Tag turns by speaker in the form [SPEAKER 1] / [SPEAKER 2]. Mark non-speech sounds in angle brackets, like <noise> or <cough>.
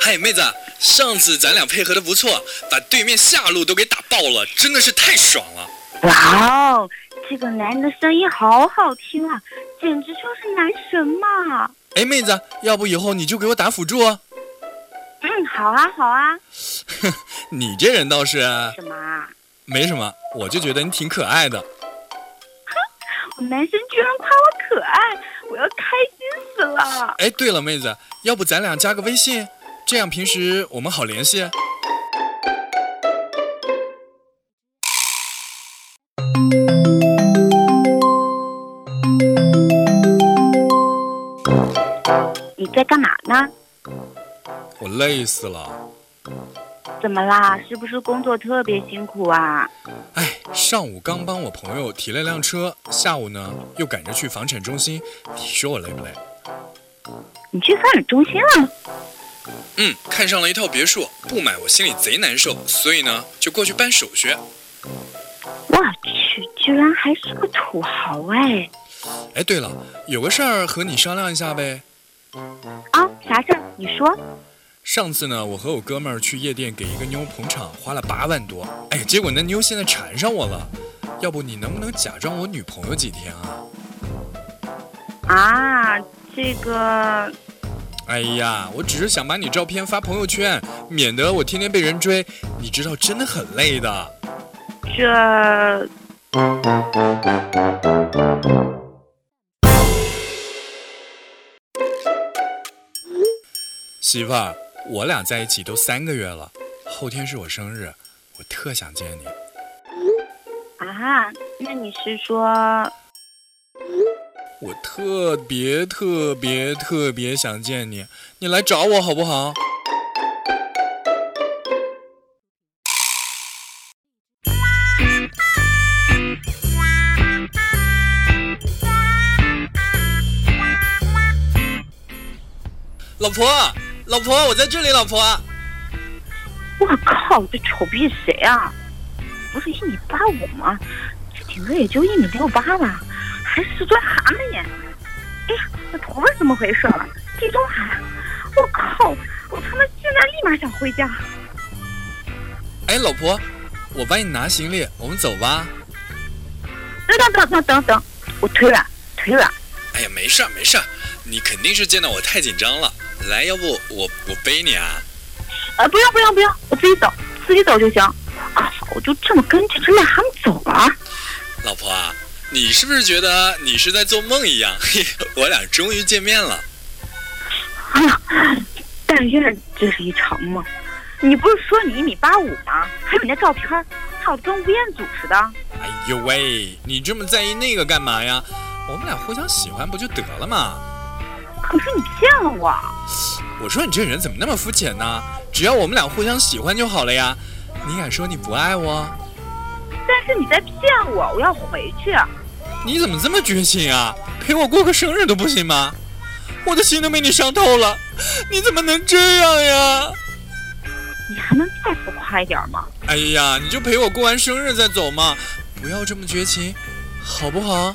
[SPEAKER 1] 嘿，妹子，上次咱俩配合的不错，把对面下路都给打爆了，真的是太爽了。
[SPEAKER 2] 哇哦，这个男的声音好好听啊，简直就是男神嘛！
[SPEAKER 1] 哎，妹子，要不以后你就给我打辅助啊？
[SPEAKER 2] 嗯，好啊，好啊。
[SPEAKER 1] 你这人倒是
[SPEAKER 2] 什么啊？
[SPEAKER 1] 没什么，我就觉得你挺可爱的。
[SPEAKER 2] 我男神居然夸我可爱，我要开心死了！
[SPEAKER 1] 哎，对了，妹子，要不咱俩加个微信，这样平时我们好联系。
[SPEAKER 2] 你在干嘛呢？
[SPEAKER 1] 我累死了，
[SPEAKER 2] 怎么啦？是不是工作特别辛苦啊？
[SPEAKER 1] 哎，上午刚帮我朋友提了辆车，下午呢又赶着去房产中心，你说我累不累？
[SPEAKER 2] 你去发展中心啊了？
[SPEAKER 1] 嗯，看上了一套别墅，不买我心里贼难受，所以呢就过去办手续。
[SPEAKER 2] 我去，居然还是个土豪哎！
[SPEAKER 1] 哎，对了，有个事儿和你商量一下呗。
[SPEAKER 2] 啊，啥事儿？你说。
[SPEAKER 1] 上次呢，我和我哥们儿去夜店给一个妞捧场，花了八万多。哎，结果那妞现在缠上我了，要不你能不能假装我女朋友几天啊？
[SPEAKER 2] 啊，这个
[SPEAKER 1] 哎呀，我只是想把你照片发朋友圈，免得我天天被人追。你知道，真的很累的。
[SPEAKER 2] 这
[SPEAKER 1] 媳妇儿，我俩在一起都三个月了，后天是我生日，我特想见你。
[SPEAKER 2] 啊，那你是说
[SPEAKER 1] 我特别特别特别想见你，你来找我好不好？老婆，老婆，我在这里，老婆。
[SPEAKER 2] 我靠，这丑逼谁啊？不是一米八五吗？这顶多也就一米六八吧，还是尊蛤蟆耶！哎呀，我头发怎么回事了？地中海！啊我靠！我他妈现在立马想回家。
[SPEAKER 1] 哎，老婆，我帮你拿行李，我们走吧。
[SPEAKER 2] 等等等等等等，我腿软，腿软。
[SPEAKER 1] 哎呀，没事儿没事儿，你肯定是见到我太紧张了。来，要不我我背你啊？
[SPEAKER 2] 呃，不用不用不用，我自己走，自己走就行。我靠！我就这么跟这只癞蛤蟆走了啊。
[SPEAKER 1] 老婆啊，你是不是觉得你是在做梦一样？ <laughs> 嘿，我俩终于见面了。
[SPEAKER 2] 哎呀，但愿这是一场梦。你不是说你一米八五吗？还有你那照片儿，好的跟吴彦祖似的。
[SPEAKER 1] 哎呦喂，你这么在意那个干嘛呀？我们俩互相喜欢不就得了嘛？
[SPEAKER 2] 可是你骗了我，
[SPEAKER 1] 我说你这人怎么那么肤浅呢？只要我们俩互相喜欢就好了呀。你敢说你不爱我？
[SPEAKER 2] 但是你在骗我，我要回去。
[SPEAKER 1] 你怎么这么绝情啊？陪我过个生日都不行吗？我的心都被你伤透了，你怎么能这样呀？
[SPEAKER 2] 你还能再浮夸一点吗？
[SPEAKER 1] 哎呀，你就陪我过完生日再走嘛，不要这么绝情，好不好？